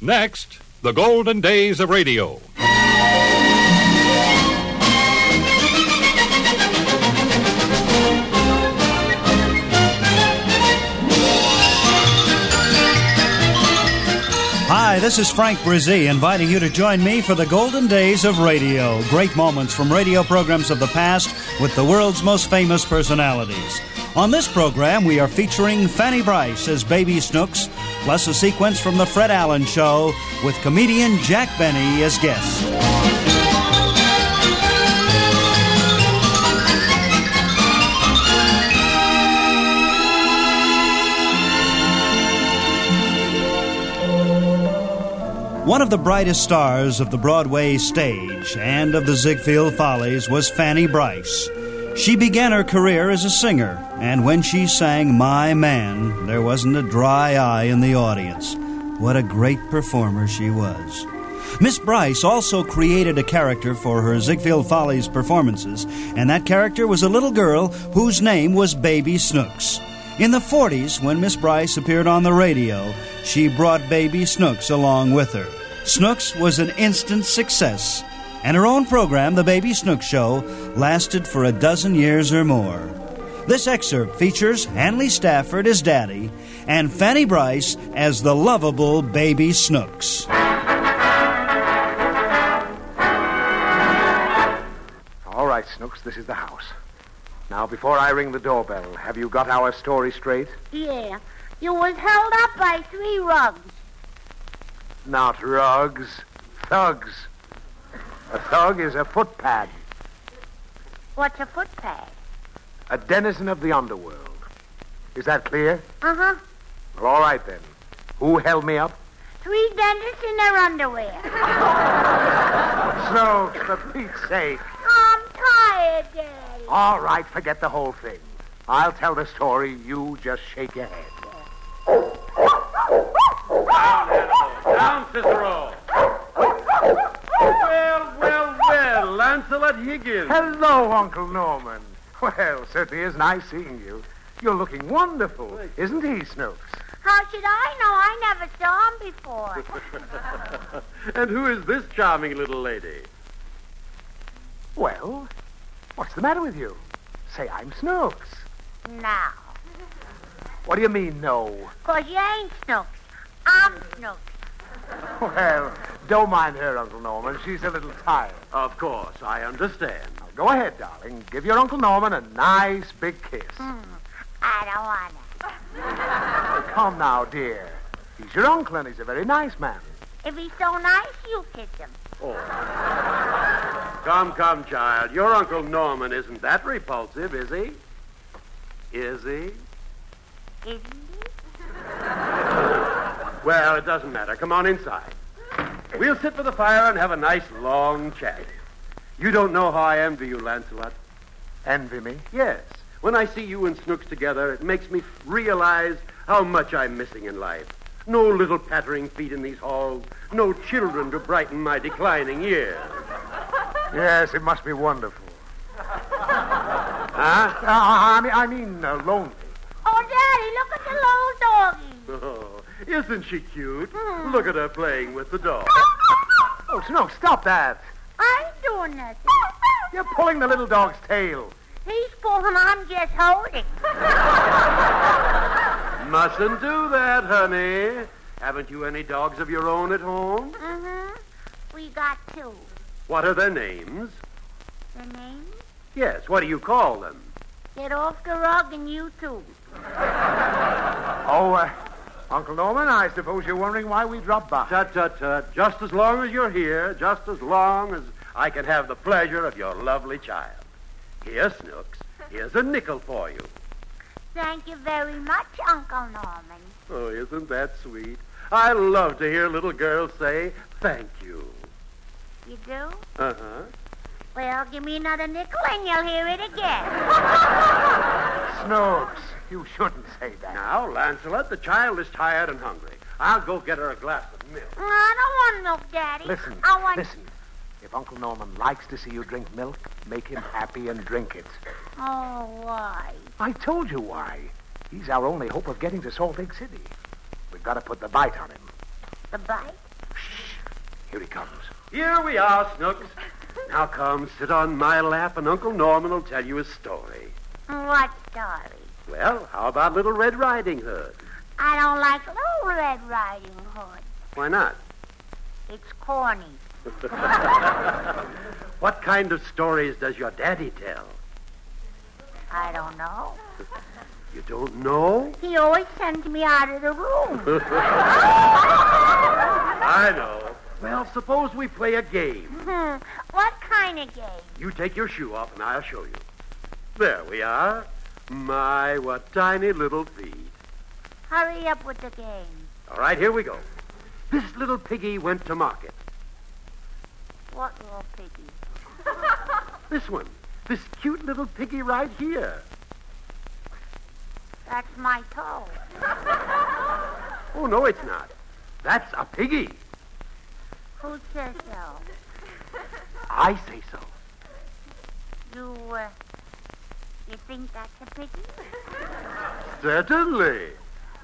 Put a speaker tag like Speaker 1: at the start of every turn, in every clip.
Speaker 1: Next, the golden days of radio.
Speaker 2: Hi, this is Frank Brzee inviting you to join me for the golden days of radio. Great moments from radio programs of the past with the world's most famous personalities. On this program, we are featuring Fanny Bryce as Baby Snooks, plus a sequence from The Fred Allen Show with comedian Jack Benny as guest. One of the brightest stars of the Broadway stage and of the Ziegfeld Follies was Fanny Bryce. She began her career as a singer, and when she sang My Man, there wasn't a dry eye in the audience. What a great performer she was. Miss Bryce also created a character for her Ziegfeld Follies performances, and that character was a little girl whose name was Baby Snooks. In the 40s, when Miss Bryce appeared on the radio, she brought baby Snooks along with her. Snooks was an instant success, and her own program, The Baby Snooks Show, lasted for a dozen years or more. This excerpt features Hanley Stafford as Daddy and Fanny Bryce as the lovable Baby Snooks.
Speaker 3: All right, Snooks, this is the house. Now, before I ring the doorbell, have you got our story straight?
Speaker 4: Yeah. You was held up by three rugs.
Speaker 3: Not rugs, thugs. A thug is a footpad,
Speaker 4: What's a footpad?
Speaker 3: a denizen of the underworld. Is that clear?
Speaker 4: Uh-huh.
Speaker 3: Well, all right then. Who held me up?
Speaker 4: Three dentists in their underwear.
Speaker 3: Snooks, for Pete's sake.
Speaker 4: I'm tired, Daddy.
Speaker 3: All right, forget the whole thing. I'll tell the story. You just shake your head.
Speaker 5: Down, Cicero. Well, well, well, Lancelot Higgins.
Speaker 3: Hello, Uncle Norman. Well, certainly is nice seeing you. You're looking wonderful, isn't he, Snooks?
Speaker 4: How should I know? I never saw him before.
Speaker 5: And who is this charming little lady?
Speaker 3: Well, what's the matter with you? Say, I'm Snooks.
Speaker 4: now.
Speaker 3: What do you mean, no?
Speaker 4: Because you ain't Snooks. I'm Snooks.
Speaker 3: Well, don't mind her, Uncle Norman. She's a little tired.
Speaker 5: Of course, I understand.
Speaker 3: Now, go ahead, darling. Give your Uncle Norman a nice big kiss.
Speaker 4: I don't want to.
Speaker 3: Come now, dear. He's your uncle, and he's a very nice man.
Speaker 4: If he's so nice, you kiss him.
Speaker 5: Come, come, child. Your Uncle Norman isn't that repulsive, is he? Is he?
Speaker 4: Isn't he?
Speaker 5: Well, it doesn't matter. Come on inside. We'll sit by the fire and have a nice long chat. You don't know how I am, do you, Lancelot?
Speaker 3: Envy me?
Speaker 5: Yes. When I see you and Snooks together, it makes me realize how much I'm missing in life. No little pattering feet in these halls, no children to brighten my declining years.
Speaker 3: Yes, it must be wonderful.
Speaker 5: Huh?
Speaker 3: Uh, I mean, I mean uh, lonely.
Speaker 4: Oh, Daddy, look at the little doggy.
Speaker 5: Oh, isn't she cute? Look at her playing with the dog.
Speaker 3: Oh, Snooks, stop that.
Speaker 4: I ain't doing nothing.
Speaker 3: You're pulling the little dog's tail.
Speaker 4: He's pulling, I'm just holding.
Speaker 5: Mustn't do that, honey. Haven't you any dogs of your own at home?
Speaker 4: Mm-hmm. We got two.
Speaker 5: What are their names?
Speaker 4: The name?
Speaker 5: Yes, what do you call them?
Speaker 4: Get off the rug and you too.
Speaker 3: Oh, uh, Uncle Norman, I suppose you're wondering why we dropped by.
Speaker 5: Tut, tut, tut. Just as long as you're here, just as long as I can have the pleasure of your lovely child. Here, Snooks, here's a nickel for you.
Speaker 4: Thank you very much, Uncle Norman.
Speaker 5: Oh, isn't that sweet? I love to hear little girls say, thank you.
Speaker 4: You do?
Speaker 5: Uh-huh.
Speaker 4: Well, give me another nickel and you'll hear it again.
Speaker 3: Snooks, you shouldn't say that.
Speaker 5: Now, Lancelot, the child is tired and hungry. I'll go get her a glass of milk.
Speaker 4: I don't want milk, Daddy.
Speaker 3: Listen,
Speaker 4: I want.
Speaker 3: listen. If Uncle Norman likes to see you drink milk, make him happy and drink it.
Speaker 4: Oh, why?
Speaker 3: I told you why. He's our only hope of getting to Salt Lake City. We've got to put the bite on him.
Speaker 4: The bite?
Speaker 5: Here he comes. Here we are, Snooks. Now come, sit on my lap, and Uncle Norman will tell you a story.
Speaker 4: What story?
Speaker 5: Well, how about Little Red Riding Hood?
Speaker 4: I don't like Little Red Riding Hood.
Speaker 5: Why not?
Speaker 4: It's corny.
Speaker 5: What kind of stories does your daddy tell?
Speaker 4: I don't know.
Speaker 5: You don't know?
Speaker 4: He always sends me out of the room.
Speaker 5: I know. Well, suppose we play a game.
Speaker 4: Hmm, what kind of game?
Speaker 5: You take your shoe off, and I'll show you. There we are. My, what tiny little feet.
Speaker 4: Hurry up with the game.
Speaker 5: All right, here we go. This little piggy went to market.
Speaker 4: What little piggy?
Speaker 5: This one. This cute little piggy right here.
Speaker 4: That's my toe.
Speaker 5: Oh, no, it's not. That's a piggy.
Speaker 4: Who says so?
Speaker 5: I say so.
Speaker 4: You, uh, you think that's a piggy?
Speaker 5: Certainly.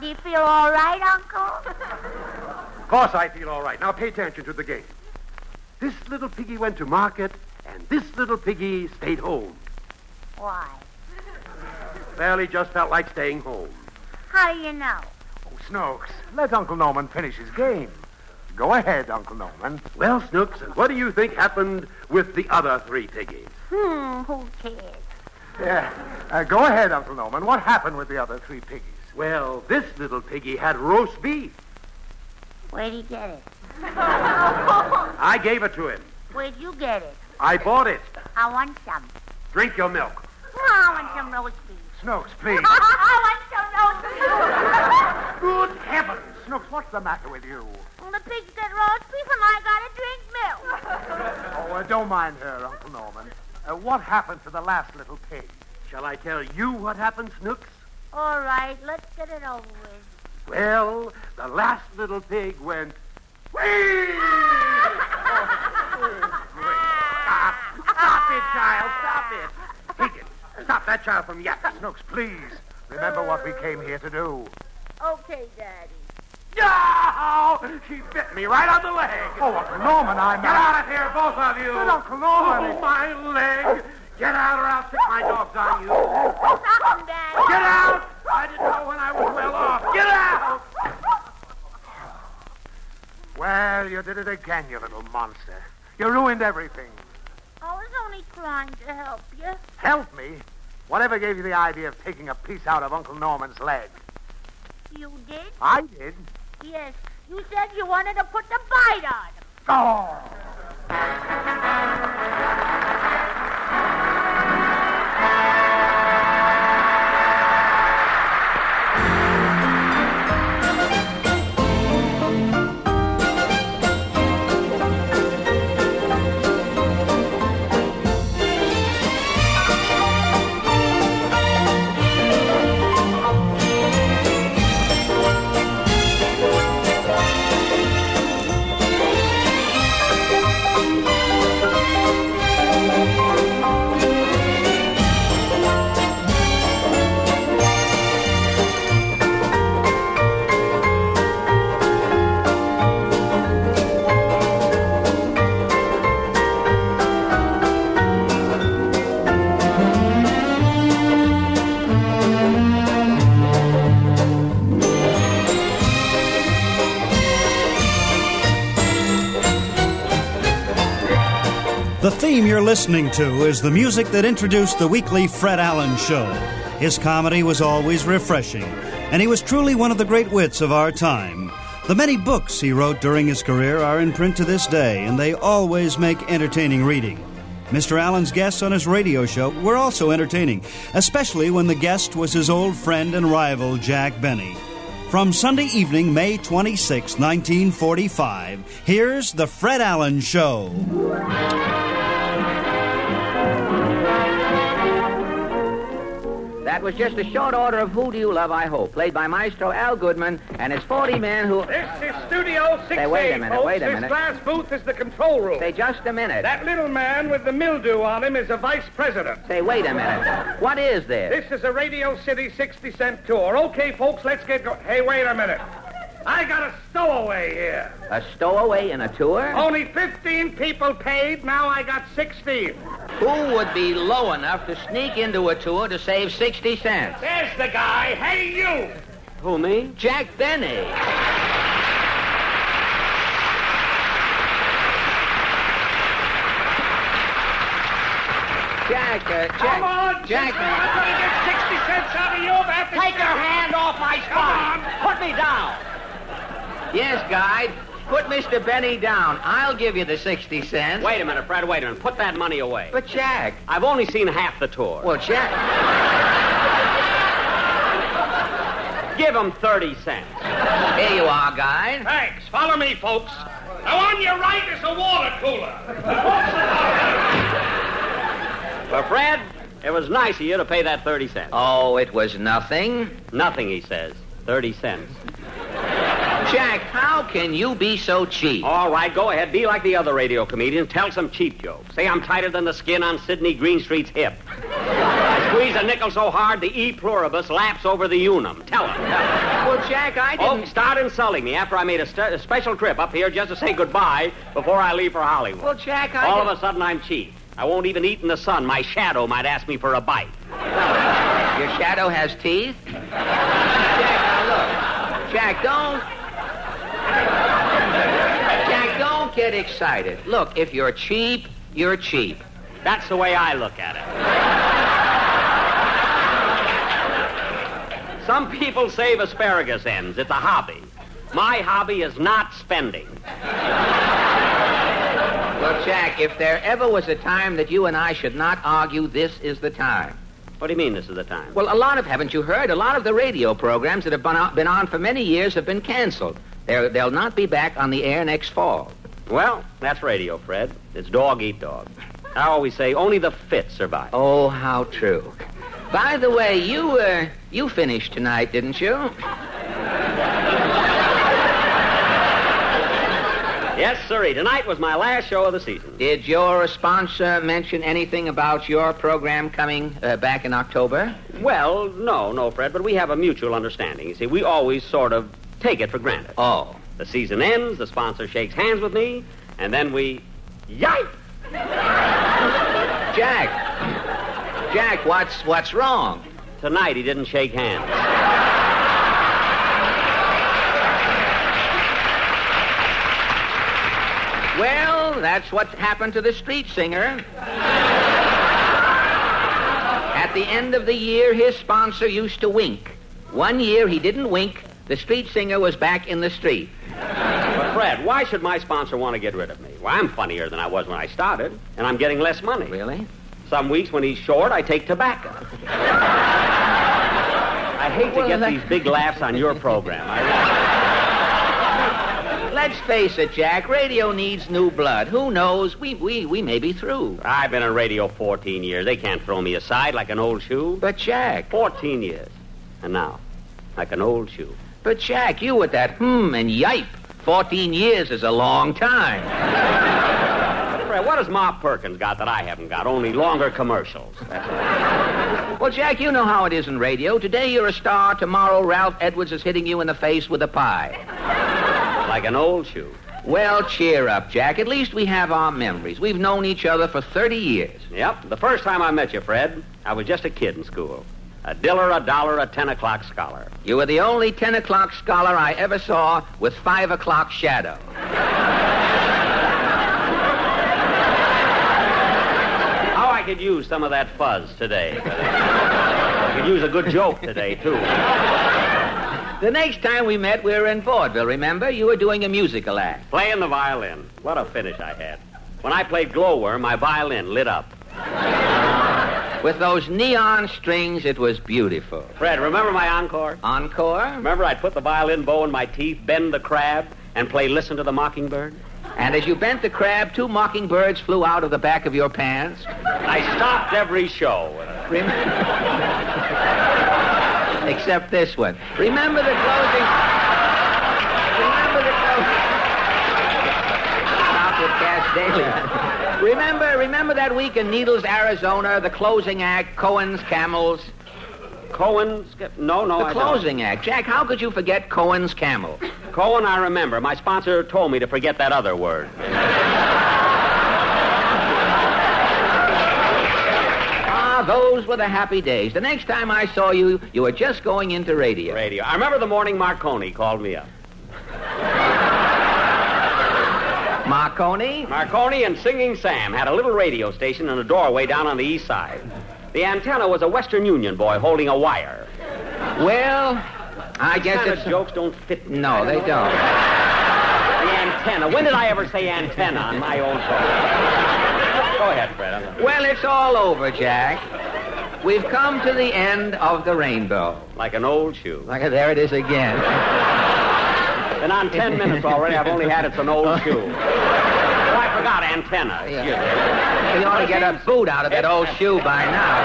Speaker 4: Do you feel all right, Uncle?
Speaker 5: Of course I feel all right. Now pay attention to the game. This little piggy went to market, and this little piggy stayed home.
Speaker 4: Why?
Speaker 5: Well, he just felt like staying home.
Speaker 4: How do you know?
Speaker 3: Oh, Snokes, let Uncle Norman finish his game. Go ahead, Uncle Norman.
Speaker 5: Well, Snooks, and what do you think happened with the other three piggies?
Speaker 4: Hmm, who cares?
Speaker 3: Yeah. Uh, go ahead, Uncle Norman. What happened with the other three piggies?
Speaker 5: Well, this little piggy had roast beef.
Speaker 4: Where'd he get it?
Speaker 5: I gave it to him.
Speaker 4: Where'd you get it?
Speaker 5: I bought it.
Speaker 4: I want some.
Speaker 5: Drink your milk.
Speaker 4: I want some roast beef.
Speaker 3: Snokes, please.
Speaker 4: I want some roast beef.
Speaker 5: Good heavens!
Speaker 3: Snokes, what's the matter with you?
Speaker 4: Well, the pigs get roast beef and I gotta drink milk.
Speaker 3: Oh, uh, don't mind her, Uncle Norman. Uh, what happened to the last little pig?
Speaker 5: Shall I tell you what happened, Snooks?
Speaker 4: All right, let's get it over with.
Speaker 5: Well, the last little pig went. Whee! Stop! Stop it, child! Stop it! Higgins, stop that child from yapping.
Speaker 3: Snokes, please. Remember what we came here to do.
Speaker 4: Okay, Daddy.
Speaker 5: No! She bit me right on the leg.
Speaker 3: Oh, Uncle Norman, I'm.
Speaker 5: Get out of here, both of you!
Speaker 3: But, Uncle Norman,
Speaker 5: Oh, my leg! Get out, or I'll stick my dogs on you.
Speaker 4: Stop him, Daddy.
Speaker 5: Get out! I didn't know when I was well off. Get out!
Speaker 3: Well, you did it again, you little monster. You ruined everything.
Speaker 4: I was only trying to help you.
Speaker 3: Help me? Whatever gave you the idea of taking a piece out of Uncle Norman's leg?
Speaker 4: You did?
Speaker 3: I did.
Speaker 4: Yes. You said you wanted to put the bite on him.
Speaker 3: Oh!
Speaker 2: The theme you're listening to is the music that introduced the weekly Fred Allen show. His comedy was always refreshing, and he was truly one of the great wits of our time. The many books he wrote during his career are in print to this day, and they always make entertaining reading. Mr. Allen's guests on his radio show were also entertaining, especially when the guest was his old friend and rival, Jack Benny. From Sunday evening, May 26, 1945, here's The Fred Allen Show.
Speaker 6: That was just a short order of Who Do You Love, I Hope, played by Maestro Al Goodman and his 40 men who.
Speaker 7: This is Studio 6
Speaker 6: wait a minute,
Speaker 7: folks.
Speaker 6: wait a
Speaker 7: this
Speaker 6: minute.
Speaker 7: glass booth is the control room.
Speaker 6: Say, just a minute.
Speaker 7: That little man with the mildew on him is a vice president.
Speaker 6: Say, wait a minute. What is this?
Speaker 7: This is a Radio City 60 cent tour. Okay, folks, let's get going. Hey, wait a minute.
Speaker 8: I got a stowaway here.
Speaker 3: A stowaway in a tour?
Speaker 8: Only 15 people paid, now I got 16.
Speaker 3: Who would be low enough to sneak into a tour to save 60 cents?
Speaker 8: There's the guy. Hey, you!
Speaker 9: Who, me?
Speaker 3: Jack Benny. Jack, uh, Jack.
Speaker 8: Come on,
Speaker 3: Jack. uh,
Speaker 8: Jimmy, I'm going to get 60 cents out of you after
Speaker 3: Take your hand off my spine.
Speaker 8: Come
Speaker 3: Put me down. Yes, guide. Put Mr. Benny down. I'll give you the 60 cents.
Speaker 5: Wait a minute, Fred. Wait a minute. Put that money away.
Speaker 3: But, Jack.
Speaker 5: I've only seen half the tour.
Speaker 3: Well, Jack.
Speaker 5: give him 30 cents.
Speaker 3: Here you are, guide.
Speaker 8: Thanks. Follow me, folks. Now, on your right is a water cooler.
Speaker 5: Well, Fred, it was nice of you to pay that 30 cents.
Speaker 3: Oh, it was nothing.
Speaker 5: Nothing, he says. 30 cents.
Speaker 3: Jack, how can you be so cheap?
Speaker 5: All right, go ahead. Be like the other radio comedians. Tell some cheap jokes. Say I'm tighter than the skin on Sidney Greenstreet's hip. I squeeze a nickel so hard the E pluribus laps over the unum. Tell him. Tell him.
Speaker 3: Well, Jack, I
Speaker 5: Oh, start insulting me after I made a, st- a special trip up here just to say goodbye before I leave for Hollywood.
Speaker 3: Well, Jack, I
Speaker 5: All
Speaker 3: didn't-
Speaker 5: of a sudden, I'm cheap. I won't even eat in the sun. My shadow might ask me for a bite.
Speaker 3: Your shadow has teeth? Jack, now look. Jack, don't. Jack, don't get excited. Look, if you're cheap, you're cheap.
Speaker 5: That's the way I look at it. Some people save asparagus ends. It's a hobby. My hobby is not spending.
Speaker 3: Well, Jack, if there ever was a time that you and I should not argue, this is the time.
Speaker 5: What do you mean this is the time?
Speaker 3: Well, a lot of, haven't you heard? A lot of the radio programs that have been on, been on for many years have been canceled. They're, they'll not be back on the air next fall.
Speaker 5: Well, that's radio, Fred. It's dog eat dog. I always say only the fit survive.
Speaker 3: Oh, how true. By the way, you, uh, you finished tonight, didn't you?
Speaker 5: Yes, sirree. Tonight was my last show of the season.
Speaker 3: Did your sponsor mention anything about your program coming uh, back in October?
Speaker 5: Well, no, no, Fred, but we have a mutual understanding. You see, we always sort of take it for granted.
Speaker 3: Oh.
Speaker 5: The season ends, the sponsor shakes hands with me, and then we. Yike!
Speaker 3: Jack. Jack, what's what's wrong?
Speaker 5: Tonight he didn't shake hands.
Speaker 3: Well, that's what happened to the street singer. At the end of the year, his sponsor used to wink. One year he didn't wink. The street singer was back in the street.
Speaker 5: But, Fred, why should my sponsor want to get rid of me? Well, I'm funnier than I was when I started, and I'm getting less money.
Speaker 3: Really?
Speaker 5: Some weeks when he's short, I take tobacco. I hate to
Speaker 3: Well,
Speaker 5: get
Speaker 3: that-
Speaker 5: these big laughs on your program. I really-
Speaker 3: Let's face it, Jack. Radio needs new blood. Who knows? We we we may be through.
Speaker 5: I've been on radio 14 years. They can't throw me aside like an old shoe.
Speaker 3: But Jack.
Speaker 5: 14 years. And now, like an old shoe.
Speaker 3: But, Jack, you with that hmm and yipe. Fourteen years is a long time.
Speaker 5: Fred, what has Ma Perkins got that I haven't got? Only longer commercials.
Speaker 3: Well, Jack, you know how it is in radio. Today you're a star. Tomorrow Ralph Edwards is hitting you in the face with a pie.
Speaker 5: Like an old shoe.
Speaker 3: Well, cheer up, Jack. At least we have our memories. We've known each other for 30 years.
Speaker 5: Yep. The first time I met you, Fred, I was just a kid in school. A diller, a dollar, a 10 o'clock scholar.
Speaker 3: You were the only 10 o'clock scholar I ever saw with 5 o'clock shadow.
Speaker 5: How I could use some of that fuzz today. I could use a good joke today, too.
Speaker 3: The next time we met, we were in vaudeville, remember? You were doing a musical act.
Speaker 5: Playing the violin. What a finish I had. When I played Glowworm, my violin lit up.
Speaker 3: With those neon strings, it was beautiful.
Speaker 5: Fred, remember my encore?
Speaker 3: Encore?
Speaker 5: Remember I'd put the violin bow in my teeth, bend the crab, and play Listen to the Mockingbird?
Speaker 3: And as you bent the crab, two mockingbirds flew out of the back of your pants.
Speaker 5: I stopped every show. with it.
Speaker 3: Rem- Except this one. Remember the closing. Remember the closing. Stop with Cash Daily. Remember, remember that week in Needles, Arizona, the closing act, Cohen's Camels.
Speaker 5: Cohen's... No, no,
Speaker 3: The
Speaker 5: Oh, I don't.
Speaker 3: closing act, Jack. How could you forget Cohen's Camels?
Speaker 8: Cohen, I remember. My sponsor told me to forget that other word.
Speaker 6: Ah, those were the happy days. The next time I saw you, you were just going into radio.
Speaker 8: Radio. I remember the morning Marconi called me up.
Speaker 6: Marconi?
Speaker 8: Marconi and Singing Sam had a little radio station in a doorway down on the east side. The antenna was a Western Union boy holding a wire.
Speaker 6: Well, I guess
Speaker 8: Kind of
Speaker 6: it's.
Speaker 8: jokes don't fit.
Speaker 6: No, they don't.
Speaker 8: The antenna. When did I ever say antenna on my own program? Go ahead, Fred. I'm-
Speaker 6: Well, it's all over, Jack. We've come to the end of the rainbow.
Speaker 8: Like an old shoe.
Speaker 6: Like, there it is again.
Speaker 8: Been on ten minutes already. I've only had it's an old shoe. Oh, I forgot antenna.
Speaker 6: You ought to get a boot out of that old shoe by now.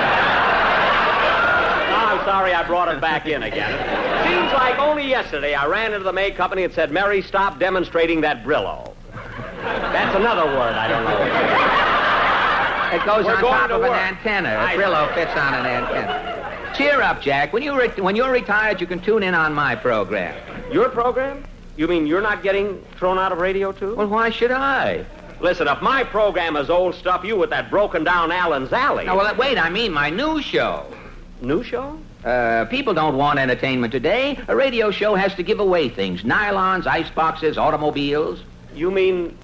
Speaker 8: No, I'm sorry I brought it back in again. Seems like only yesterday I ran into the May Company and said, Mary, stop demonstrating that Brillo. That's another word I don't know.
Speaker 6: It goes
Speaker 8: We're
Speaker 6: on
Speaker 8: going
Speaker 6: top
Speaker 8: to
Speaker 6: of an
Speaker 8: work.
Speaker 6: antenna.
Speaker 8: I-
Speaker 6: A Brillo fits on an antenna. Cheer up, Jack. When, you re- when you're retired, you can tune in on my program.
Speaker 8: Your program? You mean you're not getting thrown out of radio, too?
Speaker 6: Well, why should I?
Speaker 8: Listen, if my program is old stuff, you with that broken down Allen's Alley.
Speaker 6: Now, Oh, well, uh, wait, I mean my new show.
Speaker 8: New show?
Speaker 6: Uh, people don't want entertainment today. A radio show has to give away things nylons, ice boxes, automobiles.
Speaker 8: You mean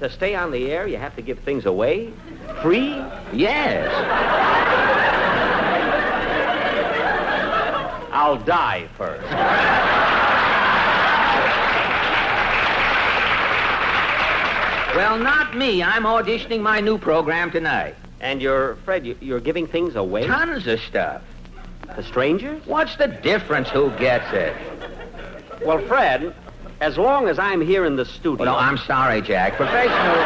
Speaker 8: to stay on the air, you have to give things away? Free?
Speaker 6: Yes.
Speaker 8: I'll die first.
Speaker 6: Well, not me. I'm auditioning my new program tonight.
Speaker 8: And you're, Fred, you- you're giving things away?
Speaker 6: Tons of stuff.
Speaker 8: To strangers?
Speaker 6: What's the difference who gets it?
Speaker 8: Well, Fred, as long as I'm here in the studio.
Speaker 6: Well, no, I'm sorry, Jack. Professional.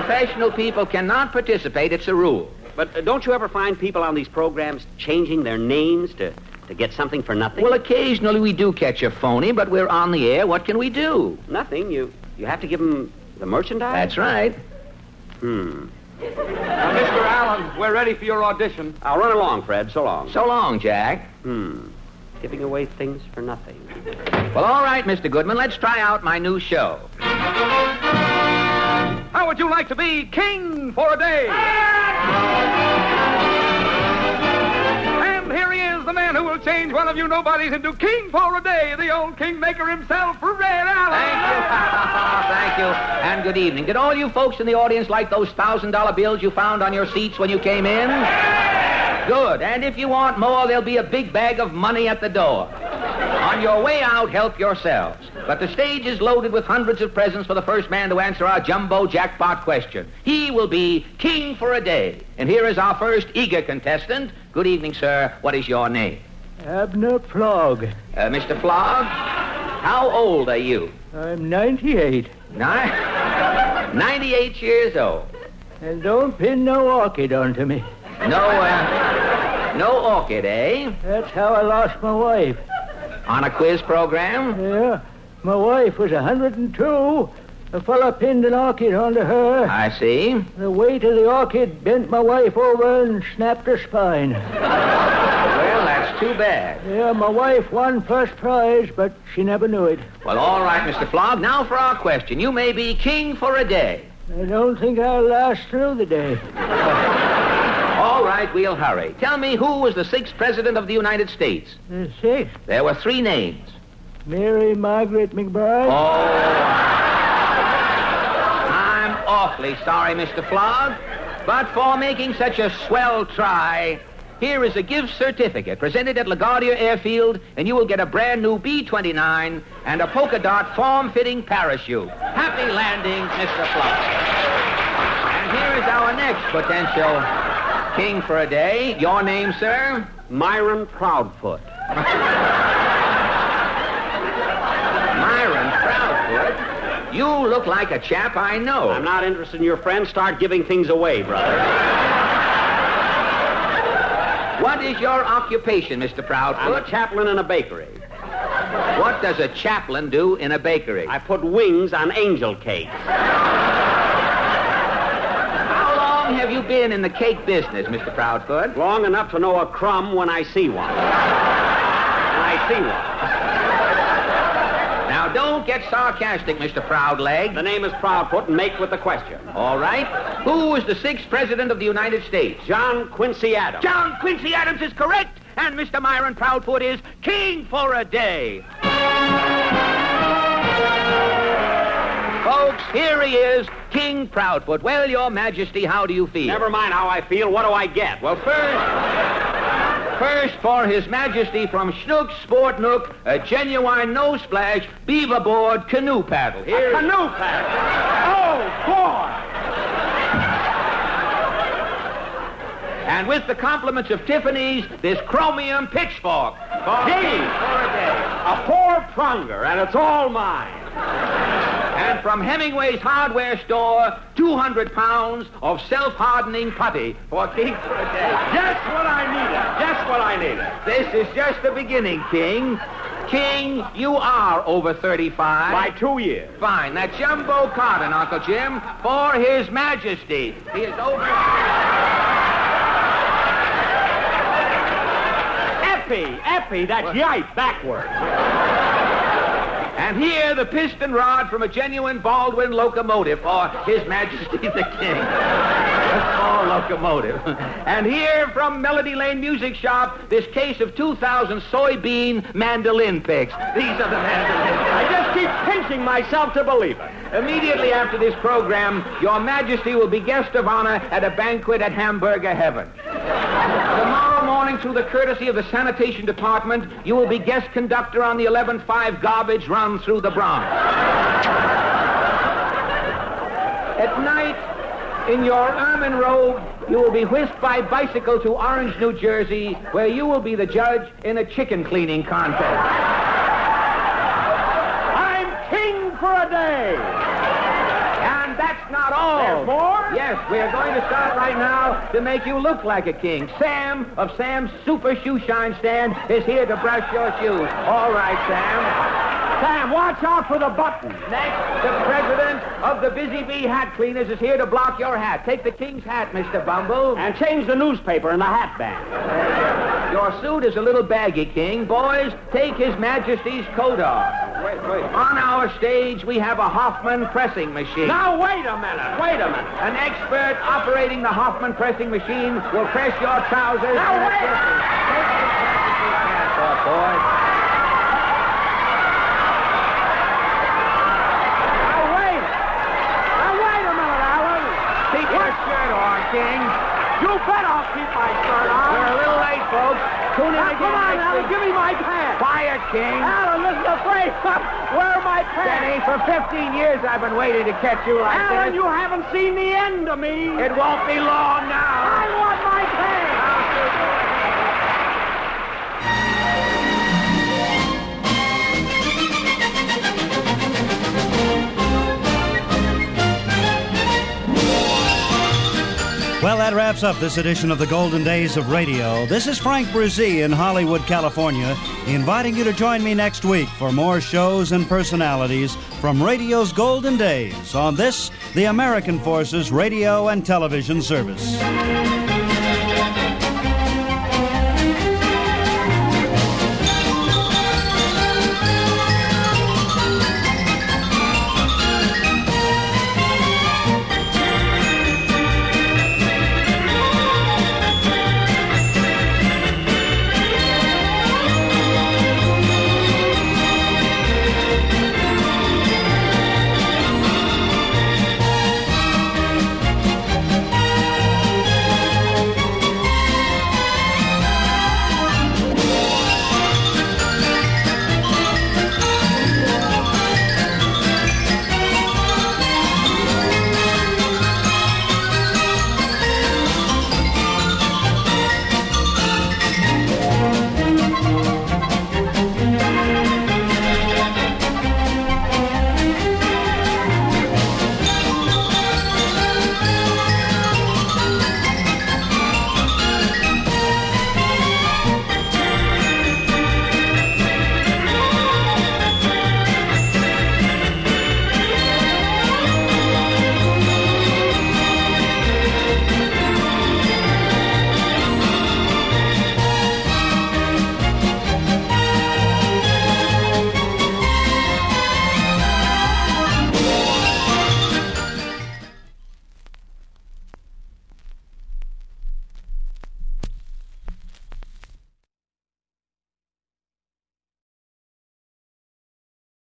Speaker 6: Professional people cannot participate. It's a rule.
Speaker 8: But uh, don't you ever find people on these programs changing their names to, to get something for nothing?
Speaker 6: Well, occasionally we do catch a phony, but we're on the air. What can we do?
Speaker 8: nothing. You, you have to give them the merchandise?
Speaker 6: That's right.
Speaker 8: Hmm.
Speaker 5: Mr. Allen, we're ready for your audition.
Speaker 8: I'll run along, Fred. So long.
Speaker 6: So long, Jack.
Speaker 8: Giving away things for nothing.
Speaker 6: Well, all right, Mr. Goodman, let's try out my new show.
Speaker 5: How would you like to be king for a day? And here he is, the man who will change one of you nobodies into king for a day, the old kingmaker himself, Red
Speaker 6: Thank you.
Speaker 5: Allen.
Speaker 6: Thank you, and good evening. Did all you folks in the audience like those $1,000 bills you found on your seats when you came in? Good, and if you want more, there'll be a big bag of money at the door. On your way out, help yourselves. But the stage is loaded with hundreds of presents for the first man to answer our jumbo jackpot question. He will be king for a day. And here is our first eager contestant. Good evening, sir. What is your name?
Speaker 10: Abner Flog.
Speaker 6: Uh, Mr. Flog, how old are you?
Speaker 10: I'm 98,
Speaker 6: Nine, 98 years old.
Speaker 10: and don't pin no orchid onto me.
Speaker 6: No, uh, no orchid, eh?
Speaker 10: That's how I lost my wife.
Speaker 6: On a quiz program?
Speaker 10: Yeah, my wife was 102. A fella pinned an orchid onto her.
Speaker 6: I see.
Speaker 10: The weight of the orchid bent my wife over and snapped her spine.
Speaker 6: Well, that's too bad.
Speaker 10: Yeah, my wife won first prize, but she never knew it.
Speaker 6: Well, all right, Mr. Flog. Now for our question. You may be king for a day.
Speaker 10: I don't think I'll last through the day.
Speaker 6: All right, we'll hurry. Tell me who was the sixth president of the United States?
Speaker 10: The sixth,
Speaker 6: There were three names.
Speaker 10: Mary Margaret
Speaker 6: Oh,
Speaker 10: McBride.
Speaker 6: I'm awfully sorry, Mr. Flog, but for making such a swell try, here is a gift certificate presented at LaGuardia Airfield, and you will get a brand new B 29 and a polka dot form fitting parachute. Happy landing, Mr. Flog. And here is our next potential king for a day. Your name, sir?
Speaker 8: Myron Proudfoot.
Speaker 6: Myron Proudfoot. You look like a chap I know.
Speaker 8: I'm not interested in your friends. Start giving things away, brother.
Speaker 6: What is your occupation, Mr.
Speaker 8: I'm
Speaker 6: Proudfoot?
Speaker 8: a chaplain in a bakery.
Speaker 6: What does a chaplain do in a bakery?
Speaker 8: I put wings on angel cakes.
Speaker 6: How long have you been in the cake business, Mr. Proudfoot?
Speaker 8: Long enough to know a crumb when I see one. when I see one.
Speaker 6: Now, don't get sarcastic, Mr. Proudleg.
Speaker 8: The name is Proudfoot, and make with the question.
Speaker 6: All right. Who was the sixth president of the United States?
Speaker 8: John Quincy Adams.
Speaker 6: John Quincy Adams is correct, and Mr. Myron Proudfoot is king for a day. Folks, here he is, King Proudfoot. Well, Your Majesty, how do you feel?
Speaker 8: Never mind how I feel. What do I get?
Speaker 6: Well, first, first for His Majesty from Schnook Sport Nook, a genuine no splash beaver board canoe paddle. Here,
Speaker 8: Canoe paddle. Oh, boy! Oh,
Speaker 6: and with the compliments of Tiffany's, this chromium pitchfork. Gee!
Speaker 8: A four pronger, and it's all mine.
Speaker 6: And from Hemingway's hardware store, 200 pounds of self-hardening putty for King for a day.
Speaker 8: Just what I needed. Just what I needed.
Speaker 6: This is just the beginning, King. King, you are over 35.
Speaker 8: By two years.
Speaker 6: Fine. That's Jumbo Cotton, Uncle Jim, for His Majesty. He is over.
Speaker 8: Epi, Epi, that's yike backward.
Speaker 6: And here, the piston rod from a genuine Baldwin locomotive for His Majesty the King. A small locomotive. And here, from Melody Lane Music Shop, this case of 2,000 soybean mandolin picks. These are the mandolin
Speaker 8: I just keep pinching myself to believe it.
Speaker 6: picks. Immediately after this program, Your Majesty will be guest of honor at a banquet at Hamburger Heaven. Tomorrow morning, through the courtesy of the sanitation department, you will be guest conductor on the 11-5 garbage run through the Bronx. At night, in your ermine robe, you will be whisked by bicycle to Orange, New Jersey, where you will be the judge in a chicken cleaning contest.
Speaker 8: I'm king for a day.
Speaker 6: And that's not all.
Speaker 8: There's more?
Speaker 6: Yes, we're going to start right now to make you look like a king. Sam of Sam's Super Shoe Shine Stand is here to brush your shoes. All right, Sam.
Speaker 8: Sam, watch out for the button.
Speaker 6: Next, the president of the Busy Bee Hat Cleaners is here to block your hat. Take the king's hat, Mr. Bumble.
Speaker 8: And change the newspaper and the hat band.
Speaker 6: Your suit is a little baggy, King. Boys, take His Majesty's coat off. Wait, wait. On our stage, we have a Hoffman pressing machine.
Speaker 8: Now, wait a minute. Wait a minute.
Speaker 6: An expert operating the Hoffman pressing machine will press your trousers.
Speaker 8: Now,
Speaker 6: and-
Speaker 8: wait.
Speaker 6: Hands off, boys.
Speaker 8: Now, wait. Now, wait a minute, Alan.
Speaker 6: Keep your shirt on, King.
Speaker 8: You bet I'll keep my shirt on.
Speaker 6: We're a little late, folks. Tune in
Speaker 8: Now,
Speaker 6: again
Speaker 8: come on,
Speaker 6: next
Speaker 8: Alan.
Speaker 6: week.
Speaker 8: Give me my pants.
Speaker 6: Quiet, King.
Speaker 8: Alan, this is a phrase. Where are my pants?
Speaker 6: Denny, for 15 years I've been waiting to catch you like
Speaker 8: Alan,
Speaker 6: this.
Speaker 8: you haven't seen the end of me.
Speaker 6: It won't be long now.
Speaker 8: I want my pants.
Speaker 2: Well, that wraps up this edition of the Golden Days of Radio. This is Frank Brzee in Hollywood, California, inviting you to join me next week for more shows and personalities from radio's Golden Days on this, the American Forces Radio and Television Service.